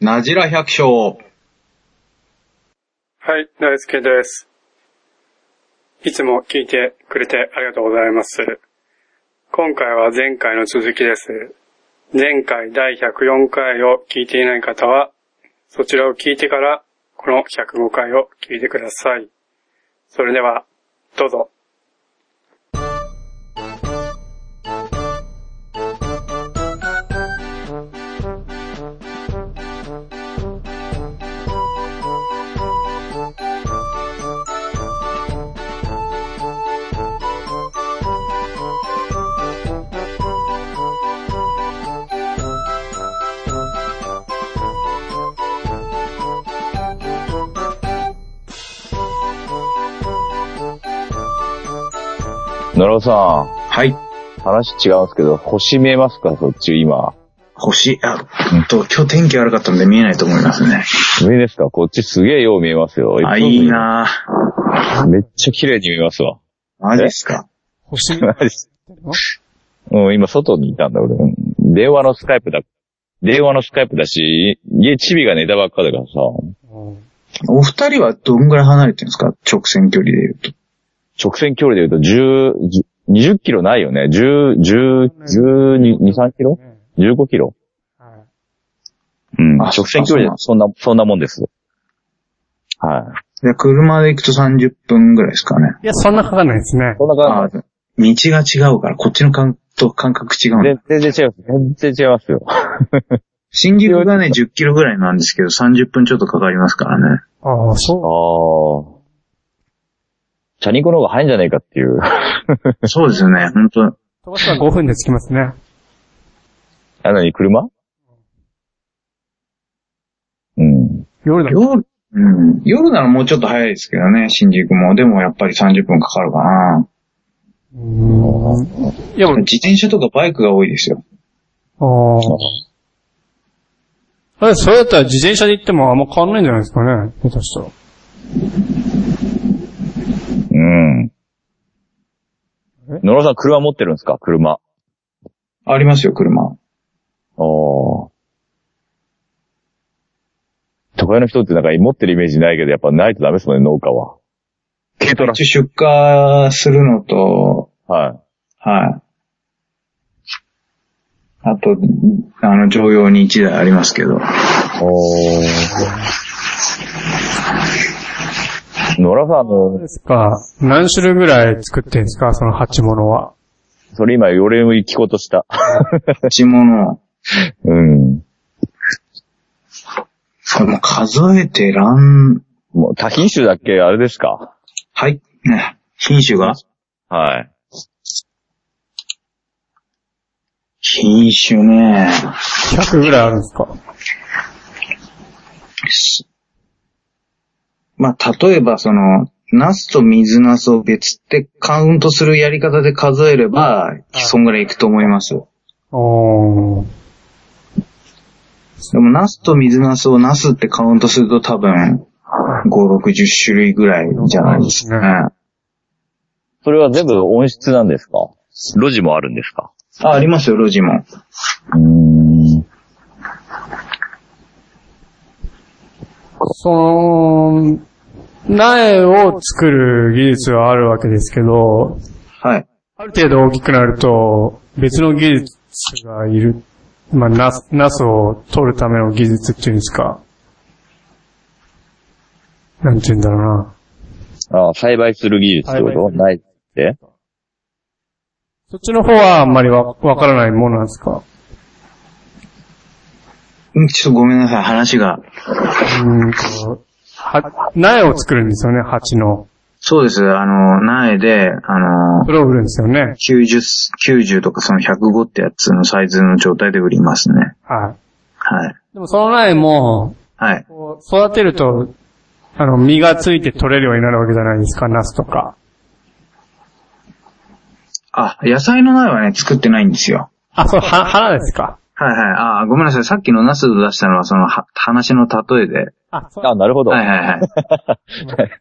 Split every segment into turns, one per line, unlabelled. なじら百姓。
はい、大輔です。いつも聞いてくれてありがとうございます。今回は前回の続きです。前回第104回を聞いていない方は、そちらを聞いてから、この105回を聞いてください。それでは、どうぞ。
野呂さん、
はい。
話違うんですけど、星見えますかそっち今。
星、あ、うんと、今日天気悪かったんで見えないと思いますね。
見えですかこっちすげえよう見えますよ。
あ、
つも
いいなぁ。
めっちゃ綺麗に見えますわ。
マジっすか。
星見
マジっすうん、今外にいたんだ俺。うん電話のスカイプだ。電話のスカイプだし、家チビが寝たばっかだからさ、
お二人はどんぐらい離れてるんですか直線距離で言うと。
直線距離で言うと10、20キロないよね。10、10、12、3キロ ?15 キロ
はい
うん。
あ
直線距離でそんな、そんなもんです。はい。
で、車で行くと30分ぐらいですかね。
いや、そんなかかんないですね。
そんな感じ
あ、道が違うから、こっちの感と感覚違うんだ。
で全然違います。全然違いますよ。
新宿がね、10キロぐらいなんですけど、30分ちょっとかかりますから ね。
ああ、そ
ああ。チャリンコの方が早いんじゃないかっていう。
そうですよね、本当
う。飛ばしたら5分で着きますね。
あ、なに、車うん。
夜だ。
夜、うん。夜ならもうちょっと早いですけどね、新宿も。でもやっぱり30分かかるかな。
うーん。いや、俺
自転車とかバイクが多いですよ。
ああ。え、それだったら自転車で行ってもあんま変わんないんじゃないですかね。下手したら。
うん。野呂さん、車持ってるんですか車。あ
ありますよ、車。
あ。都会の人ってなんか持ってるイメージないけど、やっぱないとダメですもんね、農家は。軽トラ。
一応出荷するのと、
はい。
はい。あと、あの、常用に1台ありますけど。
お野良さん、あ
そう
の
で、すか。何種類ぐらい作ってんですかその鉢物は。
それ今、俺も聞こうとした。
ち物、
うん。
もう数えてらん、
もう、多品種だっけあれですか
はい、ね、品種が
はい。
品種ね。
100ぐらいあるんですか
まあ、例えばその、ナスと水ナスを別ってカウントするやり方で数えれば、そんぐらいいくと思いますよ。
おー。
でもナスと水ナスをナスってカウントすると多分、5、60種類ぐらいじゃないですかね。
それは全部音質なんですか路地もあるんですか
あ、ありますよ、路地も。
うーん。
その、苗を作る技術はあるわけですけど、
はい。
ある程度大きくなると、別の技術がいる。まあ、ナス、ナスを取るための技術っていうんですか。なんて言うんだろ
あ栽培する技術ってこと
栽培する
ないって
うな。そっちの方はあんまりわ、わからないものなんですか。
うんちょっとごめんなさい、話が。
うーんと、は、苗を作るんですよね、鉢の。
そうです、あの、苗で、あの
そ、れを売るんですよね。
90、90とかその105ってやつのサイズの状態で売りますね。
はい。
はい。
でもその苗も、
はい。
こう育てると、あの、実がついて取れるようになるわけじゃないですか、ナスとか。
あ、野菜の苗はね、作ってないんですよ。
あ、そう、は、花ですか。
はいはい。あ、ごめんなさい。さっきのナスを出したのは、その、は、話の例えで。
あ、そう
あ、なるほど。
はいはいは い。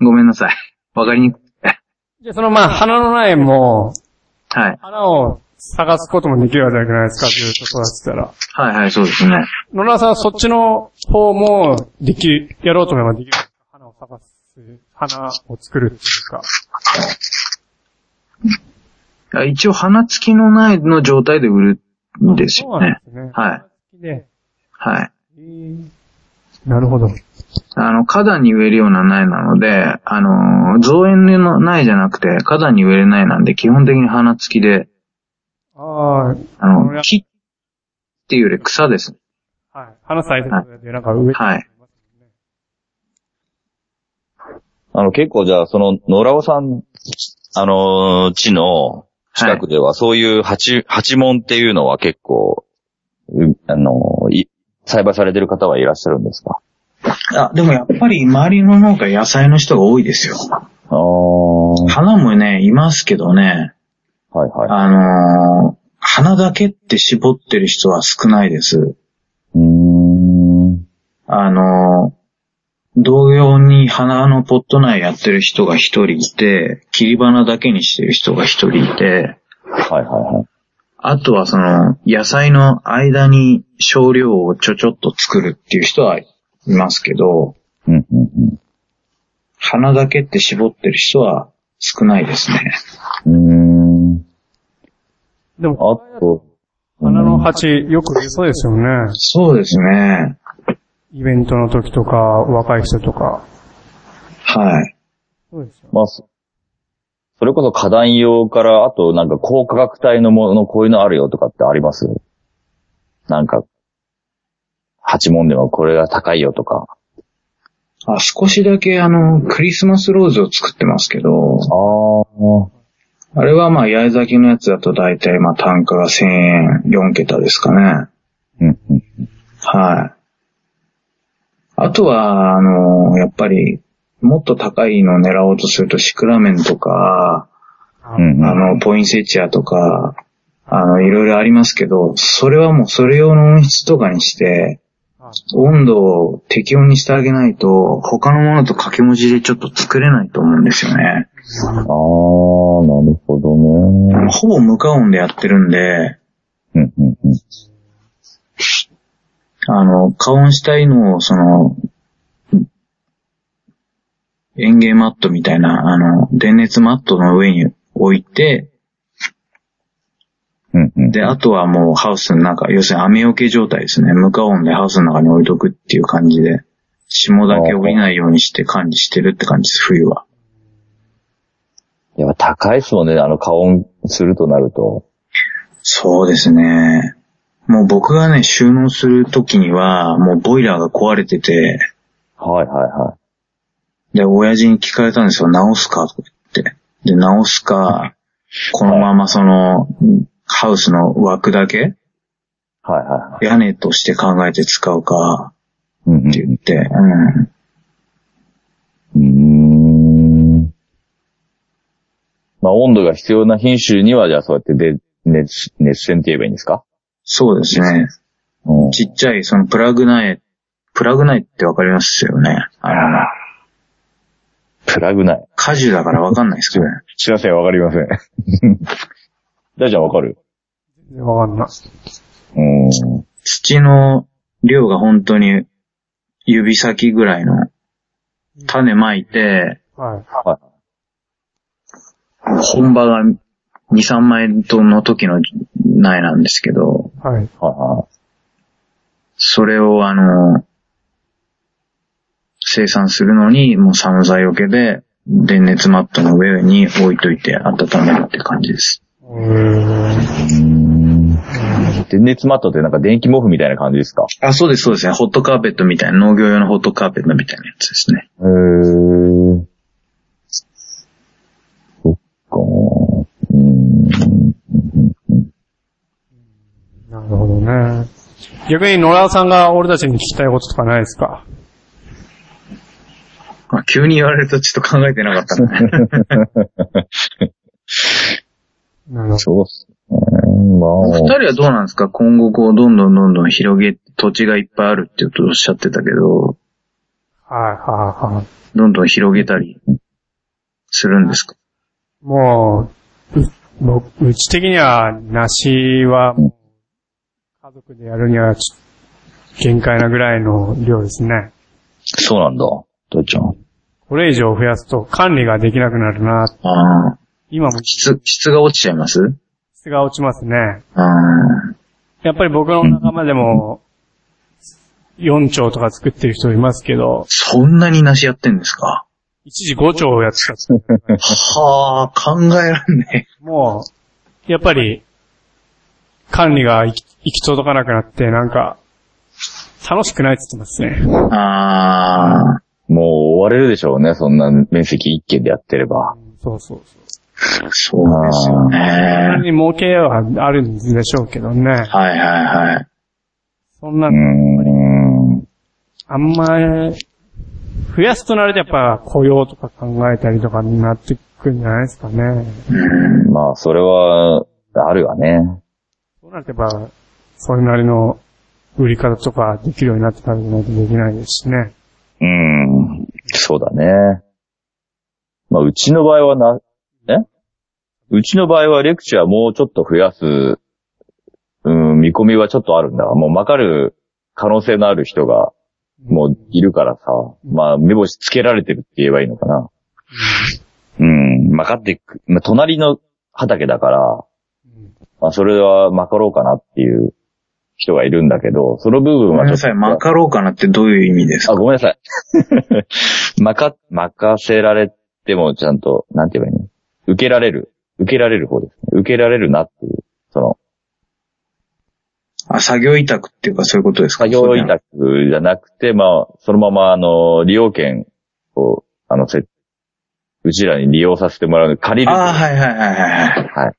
ごめんなさい。わかりにくくて。
じゃあそのまあ、花の苗も、
はい。
花を探すこともできるわけじゃないですか、ずっと育てたら。
はいはい、そうですね。
野村さんはそっちの方もできる、やろうと思えばできるんですか。花を探す、花を作るっていうか。
いや一応、花付きの苗の状態で売るんです
そう
よ
なん
ね
で。すね。
はい。
い。で、
はい。
えーなるほど。
あの、花壇に植えるような苗なので、あのー、造園の苗じゃなくて、花壇に植える苗なんで、基本的に花付きで、
あ
あの、木っていうより草ですね。
あ、はい。花咲いてるので、なんか上
はい。
あの、結構じゃあ、その、野良さん、あのー、地の近くでは、そういう八、八門っていうのは結構、うあのー、い栽培されてる方はいらっしゃるんですか
あ、でもやっぱり周りの農家野菜の人が多いですよ。
ああ、はい
花もね、いますけどね、
はい。
あのー花だけって絞ってる人は少ないです。
うーん。
あのー同様に花のポット内やってる人が一人いて、切り花だけにしてる人が一人いて、
はいはいはい。
あとはその、野菜の間に少量をちょちょっと作るっていう人はいますけど、
うんうんうん。
花だけって絞ってる人は少ないですね。
うーん。
で
あ
も、
と、
花の鉢、よくそうですよね。
そうですね。
イベントの時とか、若い人とか。
はい。
そうですよ。
まあ、そそれこそ花壇用から、あとなんか高価格帯のもの、こういうのあるよとかってありますなんか、八問ではこれが高いよとか。
あ、少しだけあの、クリスマスローズを作ってますけど、
ああ。
あれはまあ、八重咲きのやつだと大体まあ、単価が1000円、4桁ですかね。
うん、うん。
はい。あとは、あの、やっぱり、もっと高いのを狙おうとすると、シクラメンとか、
うん、
あの、ポインセチアとか、あの、いろいろありますけど、それはもうそれ用の温室とかにして、
あ
温度を適温にしてあげないと、他のものと掛け文字でちょっと作れないと思うんですよね。
ああ、なるほど
あの
ね。
ほぼ無加温でやってるんで、
うん、うん、うん。
あの、加温したいのを、その、園芸マットみたいな、あの、電熱マットの上に置いて、
うん、うん。
で、あとはもうハウスの中、要するに雨よけ状態ですね。無加温でハウスの中に置いとくっていう感じで、霜だけ降りないようにして管理してるって感じです、冬は。
やっぱ高いっすもんね、あの、加温するとなると。
そうですね。もう僕がね、収納するときには、もうボイラーが壊れてて、
はい、はい、はい。
で、親父に聞かれたんですよ、直すかとか言って。で、直すか、このままその、ハウスの枠だけ、
はい、はいはい。
屋根として考えて使うか、
うん、うん
って言って、うん。
うーんまあ、温度が必要な品種には、じゃあそうやってで、熱、熱線って言えばいいんですか
そうですね。
うん。
ちっちゃい、そのプラグ苗、プラグ苗ってわかりますよね。あの、
プラグない。
果樹だからわかんないですけどね。
すいません、わかりません。 大ちゃんわかる
全然わかんない。
うん。
土の量が本当に指先ぐらいの種まいて、
はい。
本場が2、3枚との時の苗なんですけど、
はい。
は
それをあの、生産するのに、もう寒さよけで、電熱マットの上に置いといて温めるって感じです。
う
いはい。電熱マットってなんか電気毛布みたいな感じですか
あ、そうです、そうですね。ホットカーペットみたいな、農業用のホットカーペットみたいなやつですね。
へー。そっか。うん。
んなるほどね。逆に野良さんが俺たちに聞きたいこととかないですか
まあ、急に言われるとちょっと考えてなかったね。
なるほど。
そうっすね。まあ。
お二人はどうなんですか今後こう、どんどんどんどん広げ、土地がいっぱいあるってことをおっしゃってたけど、
はい、はい、はい。
どんどん広げたりするんですか
もう、う僕、うち的には、梨は、家族でやるには、ちょ限界なぐらいの量ですね。
そうなんだ。どっちゃん。
これ以上増やすと管理ができなくなるな。
ああ。
今も
質、質が落ちちゃいます
質が落ちますね。
ああ。
やっぱり僕の仲間でも、4丁とか作ってる人いますけど、
そんなに梨やってんですか
一時5丁やってた人
はあ、考えらんね
もう、やっぱり、管理が行き行き届かなくなって、なんか、楽しくないって言ってますね。
え。ああ。
もう終われるでしょうね、そんな面積一軒でやってれば。
そうそうそ
そう
う。
ですよ
そん
ね。
なに儲けはあるんでしょうけどね。
はいはいはい。
そんな
うー、ん。
あんまり、増やすとなるとやっぱ雇用とか考えたりとかになってくるんじゃないですかね。
うん。
まあ、それは、あるわね。
そうなるとやっぱ、それなりの売り方とかできるようになってからじゃないとできないですしね。
うん。そうだね。まあ、うちの場合はな、えうちの場合はレクチャーもうちょっと増やす、うん、見込みはちょっとあるんだ。もうまかる可能性のある人が、もういるからさ、まあ、目星つけられてるって言えばいいのかな。うん、まかってく、まあ、隣の畑だから、
うん。
まあ、それはまかろうかなっていう人がいるんだけど、その部分
ごめ
は
ん
ちょ
な
っと
さい、まかろうかなってどういう意味です
あ、
か
ごめんなさい。 まか、任せられてもちゃんと、なんて言えばいいの受けられる。受けられる方ですね。受けられるなっていう。その、
あ、作業委託っていうかそういうことですか
作業委託じゃなくて、まあ、そのまま、あの、利用権を、あの、せ、うちらに利用させてもらう、借りる。
ああ、はいはいはいはいはい。
はい。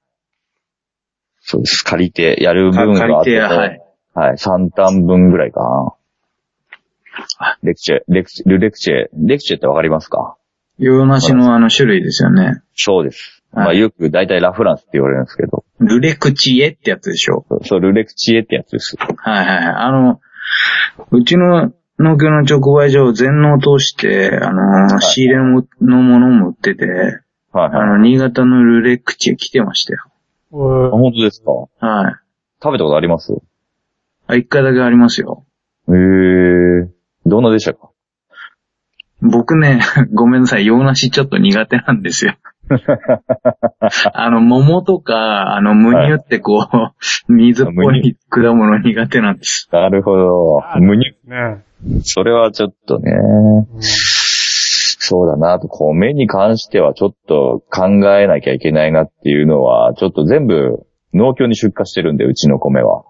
そうです。借りてやる分
か
があっ
借り
て、
て、はい。
はい。3単分ぐらいかな。レクチェ、レクチェ、ルレクチェ、レクチェってわかりますか
洋梨のあの種類ですよね。
そうです。
はい
まあよく大体ラフランスって言われるんですけど、
ルレクチエってやつでしょ。
そう、ルレクチエってやつです。
はいはいはい。あの、うちの農協の直売所、全農通して、あの、
い
仕入れのものも売ってて、
はい
あ
はい。あ、
の、新潟のルレクチエ来てましたよ。
お
本当ですか
はい。
食べたことありますへ
あ、一回だけありますよ。
え。どんなでしたか
僕ね、 ごめんなさい、洋梨ちょっと苦手なんです よ。あの、桃とか、あの、むにゅってこう、水っぽい果物苦手なんです。
なるほどむにゅ。
ね。
それはちょっとね、
うん
そうだなと、米に関してはちょっと考えなきゃいけないなっていうのは、ちょっと全部農協に出荷してるんで、うちの米は。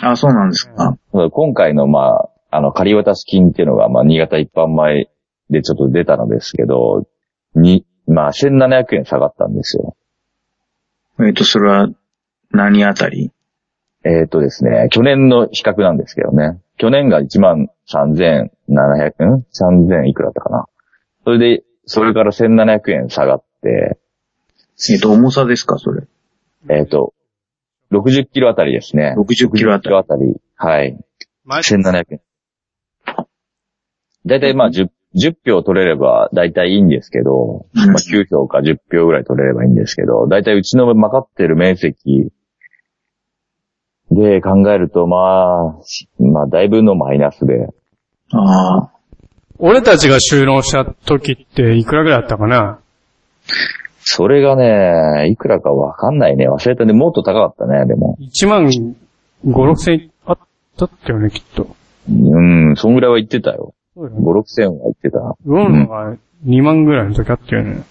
あ、そうなんですか。
今回の、まあ、あの、借り渡し金っていうのが、まあ、新潟一般米でちょっと出たのですけど、に、まあ、1700円下がったんですよ。
えっ、と、それは、何あたり
えっ、とですね、去年の比較なんですけどね。去年が1万3700、ん ?3000 いくらだったかな。それで、それから1700円下がって、
えっ、と、重さですか、それ。
えっ、と、60キロあたりですね。
60キロあたり
60はい。
前
1700円。だいたいまあ10、10票取れればだいたいいいんですけど、
うん
まあ9票か10票ぐらい取れればいいんですけど、だいたいうちのまかってる面積で考えるとまあ、しまあだいぶのマイナスで、
ああ。
俺たちが収納した時っていくらぐらいあったかな
それがね、いくらかわかんないね。忘れたね。もっと高かったね、でも。
?1 万5、6千あったってよね、きっと。
うん、そんぐらいは言ってたよ。
そうよ
5、6千は言ってた。
ウォンが2万ぐらいの時あったよね。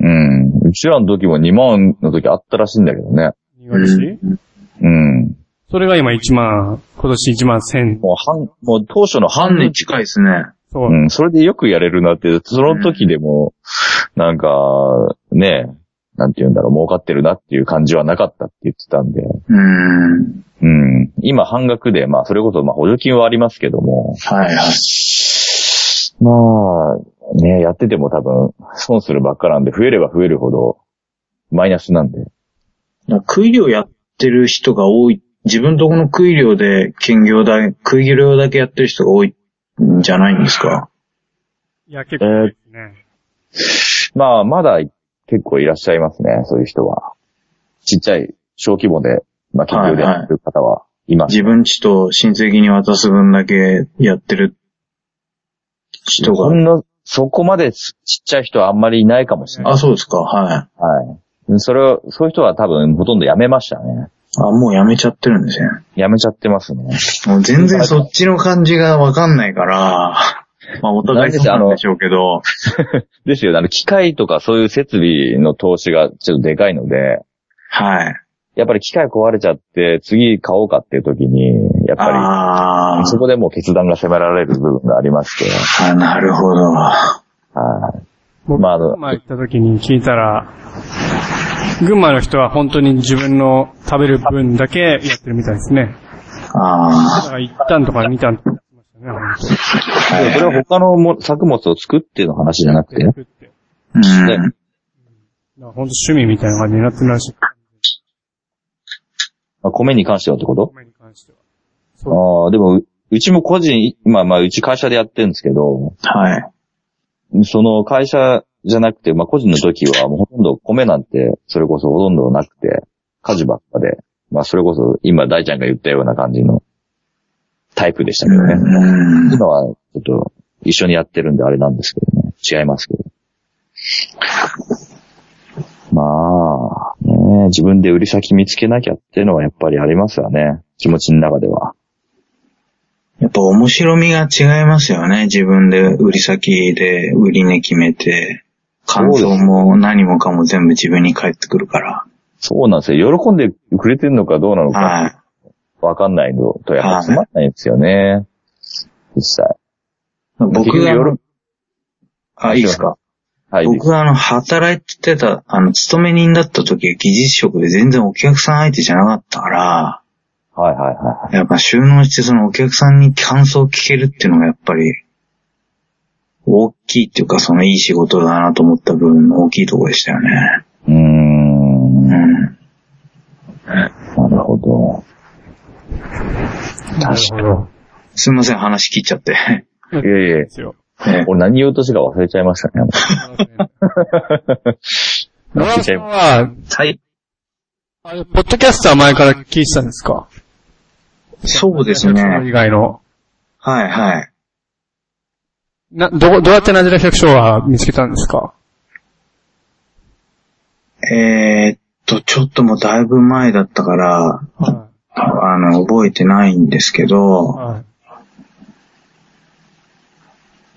うん。うちらの時も2万の時あったらしいんだけどね。
新潟市
うん
うん。
それが今1万、今年1万1000。
もう半、もう当初の半
半
年
年近いですね。
そう
う。ん、それでよくやれるなって、その時でも、なんか、ね、なんて言うんだろう、儲かってるなっていう感じはなかったって言ってたんで、
うーん。
うん、今半額で、まあ、それこそ、まあ、補助金はありますけども、
はいはい。
まあ、ね、やってても多分、損するばっかなんで、増えれば増えるほど、マイナスなんで。
食い量やってる人が多い。自分とこの食い量で兼業だ、食い量だけやってる人が多いんじゃないんですか。
いや、結構ですね。
まあ、まだ結構いらっしゃいますね、そういう人は。ちっちゃい小規模で、まあ、企業でやってる方はいます。
自分ちと親戚に渡す分だけやってる人
そ
が。
んな、そこまでちちっちゃい人はあんまりいないかもしれない。
あ、そうですか。はい。
はい。それを、そういう人は多分ほとんど辞めましたね。
あ、もうやめちゃってるんですね。
辞めちゃってますね。
もう全然そっちの感じがわかんないから、まあお互いそうなんでしょうけど、
ですよね。あの、機械とかそういう設備の投資がちょっとでかいので、
はい。
やっぱり機械壊れちゃって、次買おうかっていう時に、やっぱ
あ
り、そこでもう決断が迫られる部分がありまして、
ーあ、なるほど。
はい。
僕
まああの
群馬行った時に聞いたら、群馬の人は本当に自分の食べる分だけやってるみたいですね。だ
あ
から1単とか2単とか言ってましたね
でもそれは他のも作物を作っての話じゃなくて、
作って。だか
あ、うん。
ね
ら本当趣味みたいな感じになってるらしい。
まあ米に関してはってこと
米に関しては。そ
ああ、でもう、うちも個人、まあまあ、うち会社でやってるんですけど、
はい。
その会社じゃなくて、まあ個人の時はもうほとんど米なんて、それこそほとんどなくて、家事ばっかで、まあそれこそ今大ちゃんが言ったような感じのタイプでしたけどね。
うん
今はちょっと一緒にやってるんであれなんですけどね。違いますけど。まあ、ね自分で売り先見つけなきゃっていうのはやっぱりありますわね。気持ちの中では。
やっぱ面白みが違いますよね。自分で売り先で売り値決めて、感想も何もかも全部自分に返ってくるから。
そうなんですよ。喜んでくれてるのかどうなのか
はい。
わかんないのと、やっぱつまんないんですよね。実際。
僕
結
が
局、
あ、いいですか。
はい。
僕はあの、働いてた、あの、勤め人だった時は技術職で全然お客さん相手じゃなかったから、
はいはいは
やっぱ収納してそのお客さんに感想を聞けるっていうのがやっぱり、大きいっていうか、そのいい仕事だなと思った部分の大きいところでしたよね。
い。うーん。
う。
なんるほど。
う。なるほど。
すいません、話切っちゃって。
いやいや
で、すよ。
ええ
俺何言おうとしたか忘れちゃいましたね。
野良さんは、
はい。
あれ、ポッドキャストは前から聞いてたんですか
そうですね。
以外の。
はいはい。
な、ど、どうやってナジラ百姓は見つけたんですか
えー、っと、ちょっともうだいぶ前だったから、
は
あの、覚えてないんですけど、
はい。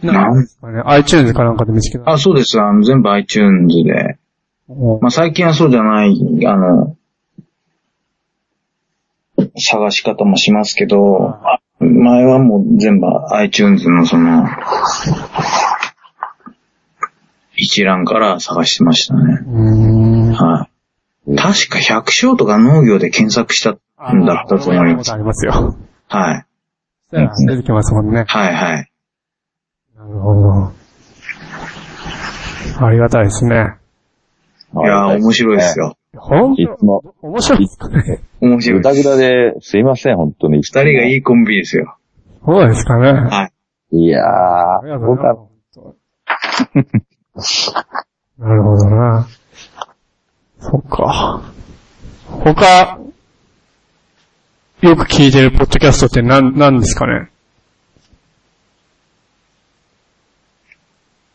なんですかね。iTunes かなんかで見つけた。
あ、そうです。あの、全部 iTunes で。
お
まあ、最近はそうじゃない、あの、探し方もしますけど、前はもう全部 iTunes のその、一覧から探してましたね。
うーん。
はい。確か百姓とか農業で検索したんだったと思いま
こ
す。
とありますよ。
はい。
そしたら出てきますもんね。
はいはい。
なるほど。ありがたいですね。
い
いやー、面白いです
よ。
よ。
ほん
いつも、
面白いですかね。
面白
ぐ
い
だ
です。
ぐだですいません、本当に。
二
二
人がいいコンビですよ。
そうですかね。あ
はい。
いや
りが
ー、
と
僕
うござい
は、。
ます本当 なるほどな。そっか。他、よく聞いてるポッドキャストって何、何ですかね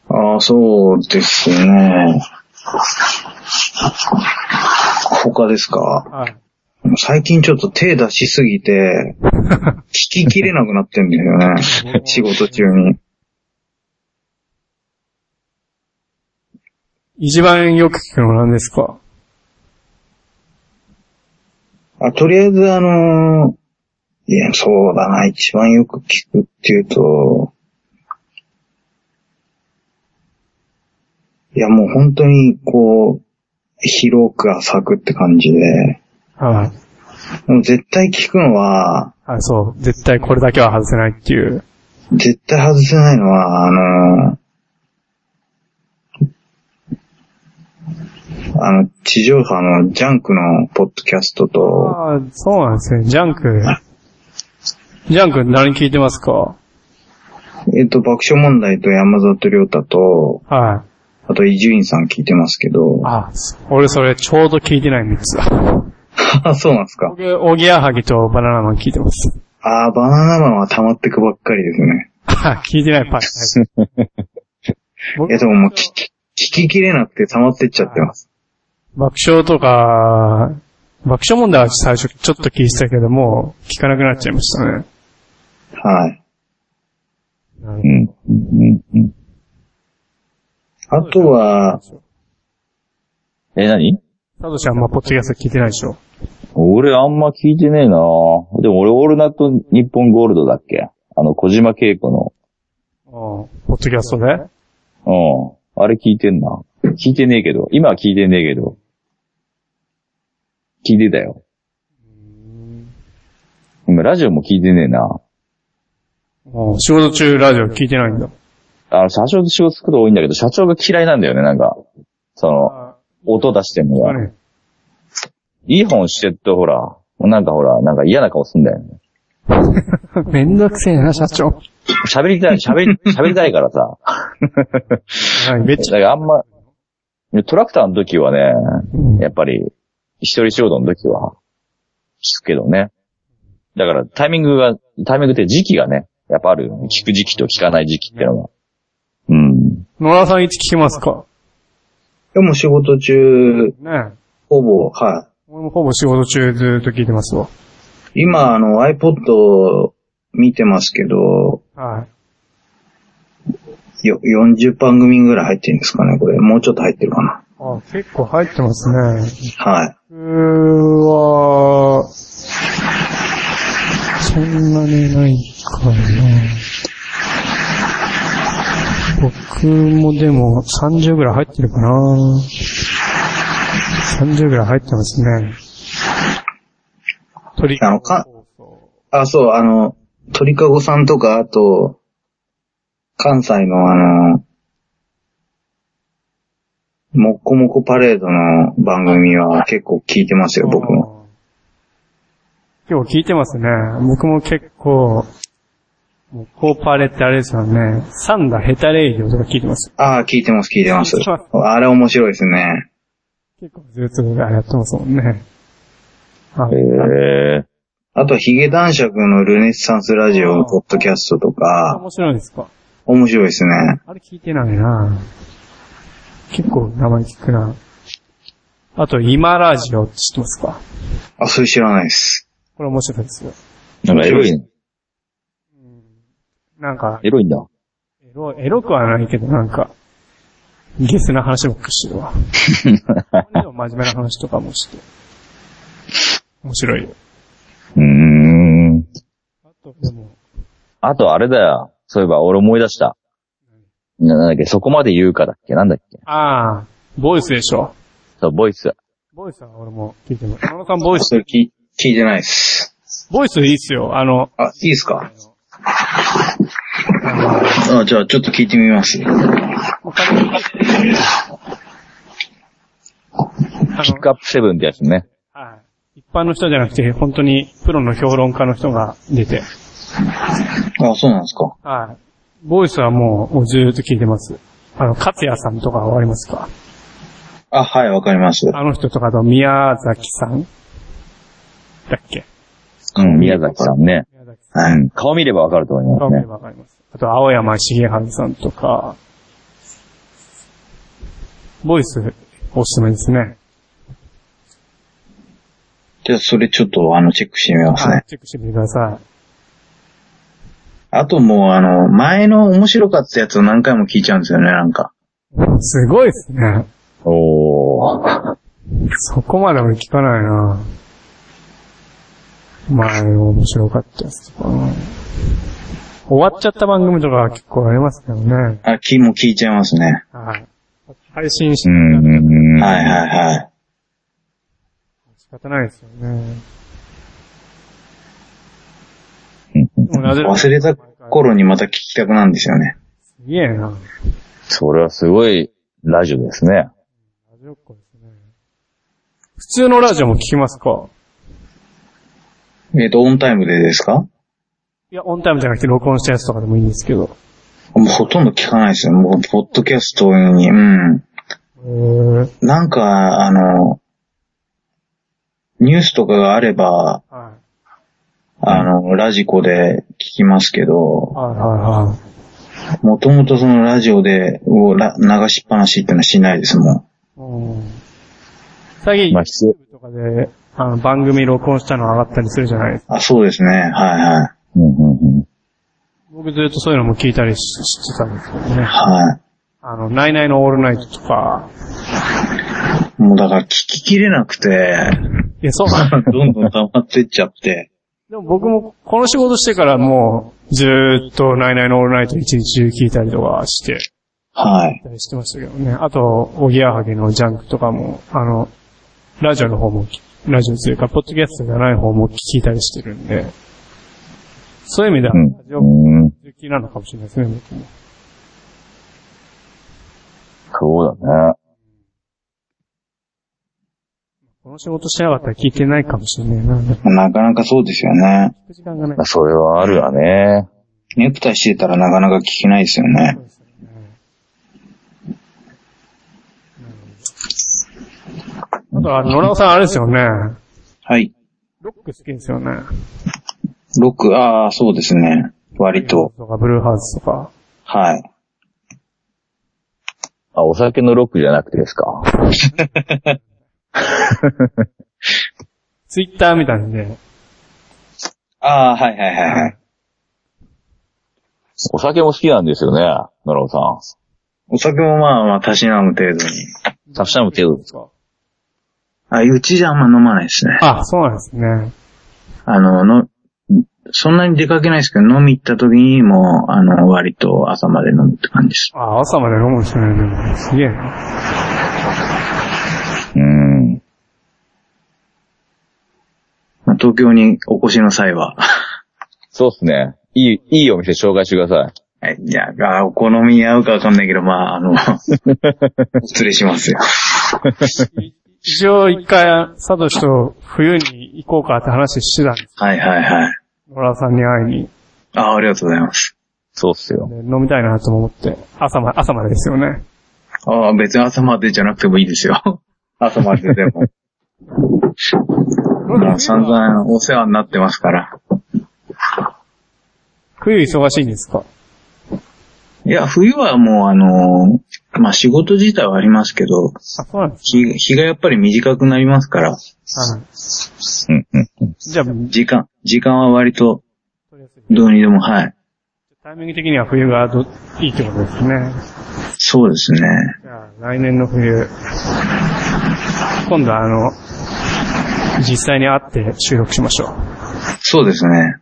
ああ、そうですね。他ですか
はい。
最近ちょっと手出しすぎ て、聞ききれなくなってんだよ ね。仕事中に。
一番よく聞くのは何ですか
あとりあえずあのーいや、そうだな、一番よく聞くっていうと、いや、もう本当に、こう、広く浅くって感じで、
はい。
でも絶対聞くのは、
あ、そう。絶対これだけは外せないっていう。
絶対外せないのは、あのーあの、地上波のジャンクのポッドキャストと、
ああ、そうなんですね。ジャンク。ジャンク何聞いてますか
えっと、爆笑問題と山里亮太と、
は
あと伊集院さん聞いてますけど。
あ、俺それちょうど聞いてないんですわ。
あ、そうなんですか。
僕、おぎやはぎとバナナマン聞いてます。
ああ、バナナマンは溜まってくばっかりですね。
あ聞いてないパイ。
いや、でももう聞き、聞ききれなくて溜まってっちゃってます。
爆笑とか、爆笑問題は最初ちょっと聞いてたけど、もう聞かなくなっちゃいましたね。
はい。
うん。うんうん。
あとは、
え、何
サトシはあんまポッドキャスト聞いてないでしょ。
俺あんま聞いてねえなでも俺オールナイト日本ゴールドだっけあの、小島慶子の。
うん。ポッドキャストで
うん。あれ聞いてんな。聞いてねえけど。今は聞いてねえけど。聞いてたよ。今ラジオも聞いてねえな。
もう仕事中ラジオ聞いてないんだ。
あの、社長と仕事つくと多いんだけど、社長が嫌いなんだよね、なんか。その、
あ
音出してんの
あ
が。
れ
いい本してるとほら、なんかほら、なんか嫌な顔すんだよね。
めんどくせえな、社長。は
喋りたい、喋 り、喋りたいからさ。
い、めっち
だからあんま、トラクターの時はね、
ゃ、うん
やっぱり、一人仕事の時は、聞くけどね。だからタイミングが、タイミングって時期がね、やっぱあるよね。聞く時期と聞かない時期ってのが。うん。
野良さんいつ聞きますか
でも仕事中、
ねえ
ほぼ、はい。
俺もほぼ仕事中ずっと聞いてますわ。
今、あの、iPod 見てますけど、
はい。
よ、40番組ぐらい入ってるんですかね、これ。もうちょっと入ってるかな。
あ、結構入ってますね。
はい。
僕は、そんなにないかな。僕もでも30ぐらい入ってるかな。30ぐらい入ってますね。鳥
あのか
そうそ
あ、そう、あの、鳥かごさんとか、あと、関西のあの、もっこもこパレードの番組は結構聞いてます
う
よ、僕も。。
今日聞いてますね。僕も結構、もうコーパーレってあれですよね。サンダヘタレイディオとか聞いてます。
ああ、聞いてます、聞いてます
聞いてます。
あれ面白いですね。
結構ずっとあれやってますもんね。はい。
へえ。
あと、ヒゲ男爵のルネッサンスラジオのポッドキャストとか、
面白いですか
面白いですね。
あれ聞いてないな結構名前聞くなあと、今ラジオって知ってますか
あ、それ知らないです。
これ面白いですよ。
なんかエロい、
なんか、
エロいんだ。
エロ、エロくはないけど、なんか、ゲスな話ばっかしてるわ。でも真面目な話とかもして。面白いよ。
うーん。
あと、でも、
あとあれだよ。そういえば俺思い出した。ななんだっけ、そこまで言うかだっけなんだっけ
ああ、ボイスでしょ。
そう、ボイス。
ボイスは俺も聞いてます。野呂さんボイス
そ、れ聞聞いてないです。
ボイスいいっすよ。あの、
あ、いいですかあじゃあちょっと聞いてみます。
あ
ピックアップセブンってやつね。
の、はい。一般の人じゃなくて、本当にプロの評論家の人が出て、
あ、そうなんですか。
はい。ボイスはもう、もうずーっと聞いてます。あの、勝也さんとかはありますか
あ、はい、わかります。
あの人とかと宮崎さんだっけ
うん、宮崎さんね。
宮崎さん。
はい。
顔見ればわかると思いま
わ
す
か
ね
り。ます。あと、青山茂春さんとか、ボイス、おすすめですね。
じゃあそれちょっとあの、チェックしてみます
はい
ね。
チェックしてみてください。
あともうあの、前の面白かったやつを何回も聞いちゃうんですよね、なんか。
すごいですね。
おー。
そこまで俺聞かないな前面白かったやつとかな終わっちゃった番組とか結構ありますけどね。
あ、きもう聞いちゃいますね。
はい。配信し
う
て
ん
やるや
うんうん。
はいはいはい。
つ仕方ないですよね。
うん
でもなぜ
忘れた頃にまた聞きたくなんですよね。
すげえな。ラ
それはすごいラジオですね。
ジオっ子ですね。普通のラジオも聞きますか
えっ、と、オンタイムでですか
いや、オンタイムじゃなくて録音したやつとかでもいいんですけど。
もうほとんど聞かないですよ。もう、ポッドキャストに、うん。
うん。
なんか、あの、ニュースとかがあれば、
はい。
あの、ラジコで聞きますけど、
はいは
もともとそのラジオで、をら流しっぱなしってのはしないですもん。
いはい。うん。最近
まあ、、必要。
YouTube とかで、あの、番組録音したの上がったりするじゃないですか。
あ、そうですね。はいはい。
うんうんうん。
僕ずっとそういうのも聞いたりししてたんですけどね。
は
あの、ナイナイのオールナイトとか、
い。もうだから聞ききれなくて、
いや、そうなん
どんどん溜まってっちゃって。
でも僕も、この仕事してからもう、ずーっとナイナイのオールナイト一日中聞いたりとかして、
はい。
たりしてましたけどね。あと、おぎやはぎのジャンクとかも、あの、ラジオの方も、ラジオというか、ポッドキャストじゃない方も聞いたりしてるんで、そういう意味では、
うん
ラジオ
うん。
好きなのかもしれないですね、僕も。
そうだね。
この仕事してなかったら聞いてないかもしれないな。聞
なかなかそうですよね。
く時間がない
まあ。それはあるわね。
ネクタイしてたらなかなか聞けないですよね
そ。うですよねあと、あの、野良尾さんあれですよね。
はい。
ロック好きですよね。
ロック、ああ、そうですね。割と。
とか、ブルーハウスとか。
はい。
あ、お酒のロックじゃなくてですか。
ツイッターみたいにね。
ああ、はいはいはいはい。
お酒も好きなんですよね、野良さん。
お酒もまあまあ、たしなむ程度に。
たしなむ程度です
か
あ、うちじゃあんま飲まないですね。
あ、そうなんですね。
あの、の、そんなに出かけないですけど、飲み行った時にもう、あの、割と朝まで飲むって感じです。
あ、朝まで飲むんですね。でもすげえな。
うん。
まあ、東京にお越しの際は。
そうっすね。いい、いいお店紹介してください。
はいじゃあ、あお好みに合うかわかんないけど、まあ、 あの、失礼しますよ。
一応一回、サトシと冬に行こうかって話してたんです。
はいはいはい。
野良さんに会いに。
あありがとうございます。
そうっすよ。
で飲みたいなと思って。朝まで、朝までですよね。
ああ、別に朝までじゃなくてもいいです よ。朝までで も。もう散々お世話になってますから。
冬忙しいんですか
いや、冬はもうあのーまあ、仕事自体はありますけど、
あ、そうなんです
日、日がやっぱり短くなりますから、
はい。
うんうん。
じゃあ、
時間、時間は割とどうにでも、はい。
タイミング的には冬がどいいってことですね。
そうですね。
じゃあ、来年の冬、今度はあの、実際に会って収録しましょ
そうですね。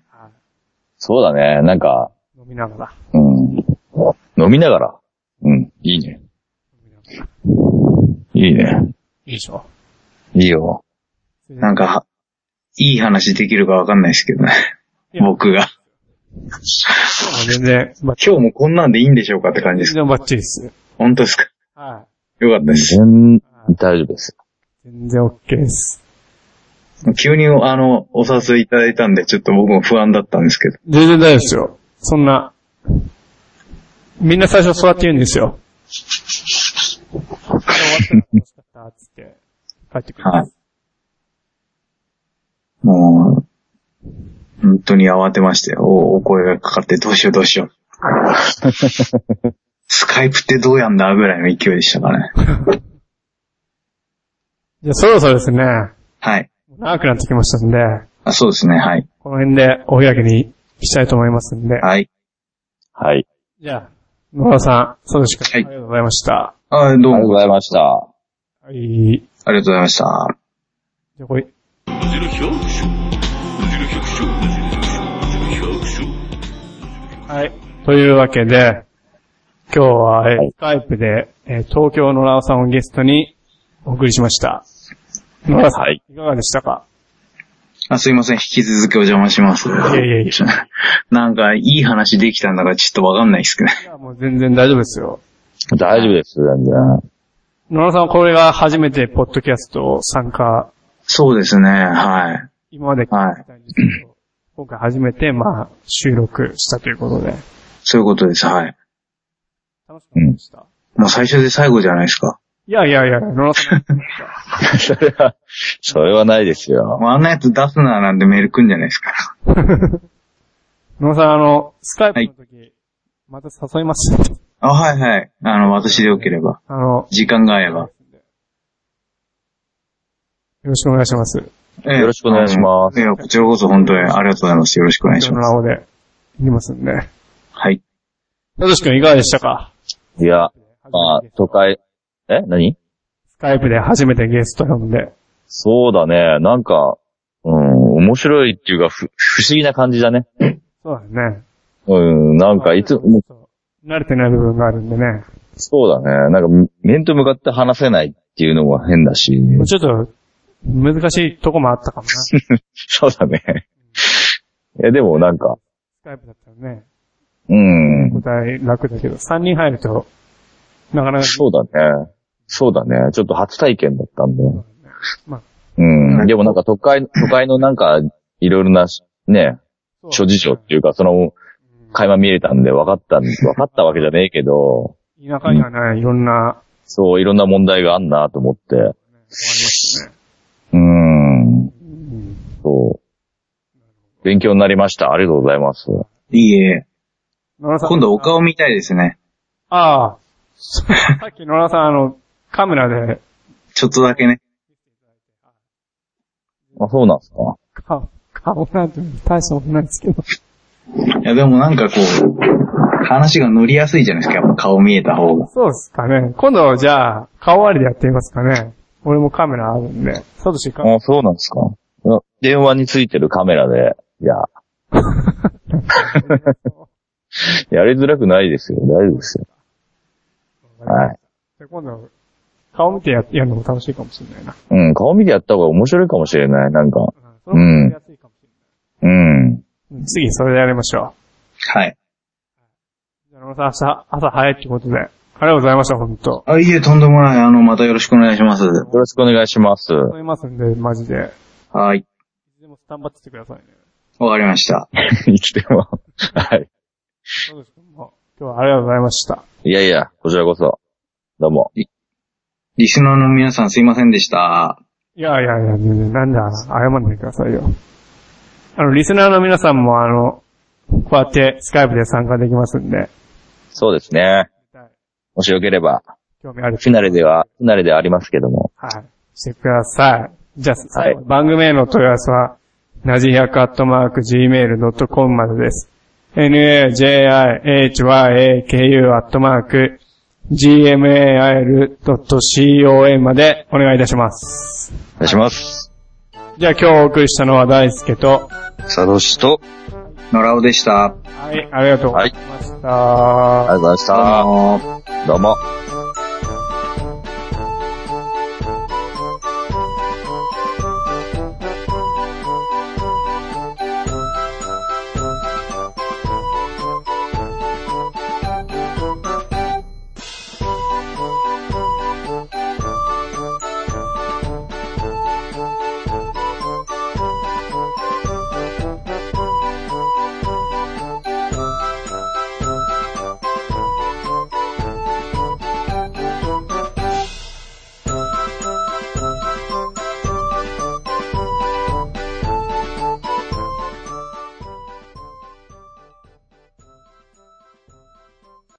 そうだね。なんか、
う。飲みながら。
うん。飲みながら。うん。いいね。いいね。
いいでしょ
いいよ。
なんか、ははいい話できるかわかんないですけどね。僕が。
全然、ばっ
今日もこんなんでいいんでしょうかって感じで
全
すか
然バッチリです。
本当ですか
は
よかったです。
全大丈夫です。
い。全然 OK です。
急にあの、お誘いいただいたんで、ちょっと僕も不安だったんですけど。
全然大丈夫ですよ。そんな、みんな最初そうやって言うんですよ。終わったら楽しかった、つって、帰ってくるんです。
もう、本当に慌てましたよ。お、お声がかかってどうしようどう しよう。スカイプってどうやんだぐらいの勢いでしたからね。
じゃあそろそろですね、
はい。
長くなってきましたんで、
あそうですね、はい。
この辺でお開きにしたいと思いますんで。
はい。
はい。
じゃあ、野原さん、佐藤
は
君、
い
ありがとうございました。
あど
あ
う
りがとう
も。
ございました。
は
あ
い。
りがとうございました。
じゃあ、これ、はい。というわけで、今日は、えースカイプで、えー東京のラオさんをゲストにお送りしました。野良さん、
はい
い、かがでしたか
あ、すいません。引き続きお邪魔します。い
やいやいや。
なんか、いい話できたんだからちょっとわかんないですけど。
いや、もう全然大丈夫ですよ。
大丈夫です、全然。
野良さんはこれが初めてポッドキャスト参加、
そうですね。はい。
今まで聞いてたんですけど、今回初めて、まあ、収録したということで。
そういうことです。はい。
楽しかったでした。
もう最初で最後じゃないですか。
いやいやいや、野良さん。
それは、それはないですよ。
もうあんなやつ出すななんてメール来んじゃないですか。
野良さん、あの、スカイプの時、また誘います って。
あ、はいはい。あの、私でよければ。
あの、
時間が合え
よ
ば。
ろしくお願いします。
ええ。
よろしくお願いします
いや、こちらこそ本当にありがとうございます。よろしくお願いし
野
ます。
良で、行きますんで。
はい。
よろしくんいかがでしたか
いや、まあ、都会、え何
スカイプで初めてゲスト呼んで。
そうだね。なんか、うん、面白いっていうか、ふ、不思議な感じだね。
そうだね。
うん、なんかいつ、も
慣れてない部分があるんでね。
そうだね。なんか、面と向かって話せないっていうのも変だし。
もうちょっと、難しいとこもあったか もな。ス
そうだね。いや、でもなんか、
カイプだったらね、
うん、
答え楽だけど、3人入ると、なかなか、
そうだね。そうだね。ちょっと初体験だったんで。
まあ
うん。でもなんか都会、都会のなんか、いろいろな、ね、諸事情っていうか、その、垣間見えたんで分かったん、分かったわけじゃねえけど、
うん田舎にはない、いろんな、
そう、いろんな問題があんなと思って。
ありましたね。
うん、
うん
そう。勉強になりました。ありがとうございます。
いいえ。
野良さん
今度お顔見たいですね。
ああ。さっき野良さん、あの、カメラで、
ちょっとだけね。
あ、そうなんですか
顔、顔なんて大したことないですけど。
いや、でもなんかこう、話が乗りやすいじゃないですか。やっぱ顔見えた方が。
そうですかね。今度、じゃあ、顔割りでやってみますかね。俺もカメラあるんで。サトシカメ
あ、そうなんですかいや電話についてるカメラで、い や、やりづらくないですよ。大丈夫ですよ。
ラ。
はい。
で今度、顔見てややるのも楽しいかもしれないな。
うん、顔見てやった方が面白いかもしれない。なんか、
それもやりやすいかもしれ
うん。
ない。次、それでやりましょ
はい。
う。じゃあ、野村さん、明日、朝早いってことで。ありがとうございました、本当。
あ、いいえ、とんでもない。あの、またよろしくお願いします。
よろしくお願いします。
誘いますんで、マジで。
はい。
いつでもスタンバっててくださいね。
わかりました。
いつでも。はい。
サトシ君も、今日はありがとうございました。
いやいや、こちらこそ。どうも。
リスナーの皆さんすいませんでした。
いやいやいや、全然なんだ、謝んないでくださいよ。あの、リスナーの皆さんも、あの、こうやってスカイプで参加できますんで、
そうですね。もしよければ、
興味ある
フィナレでは、フィナレではありますけども。
はい。してください。じゃあ、最後番組への問い合わせは、なじひゃくアットマーク gmail.com までです。najihyaku アットマーク gmail.com までお願いいたします。
お願いします。
じゃあ今日お送りしたのは大輔と、
佐藤氏と、
野良尾でした。
はい、ありがとうございました。
ありがとうございまし
どうも
た。どうも。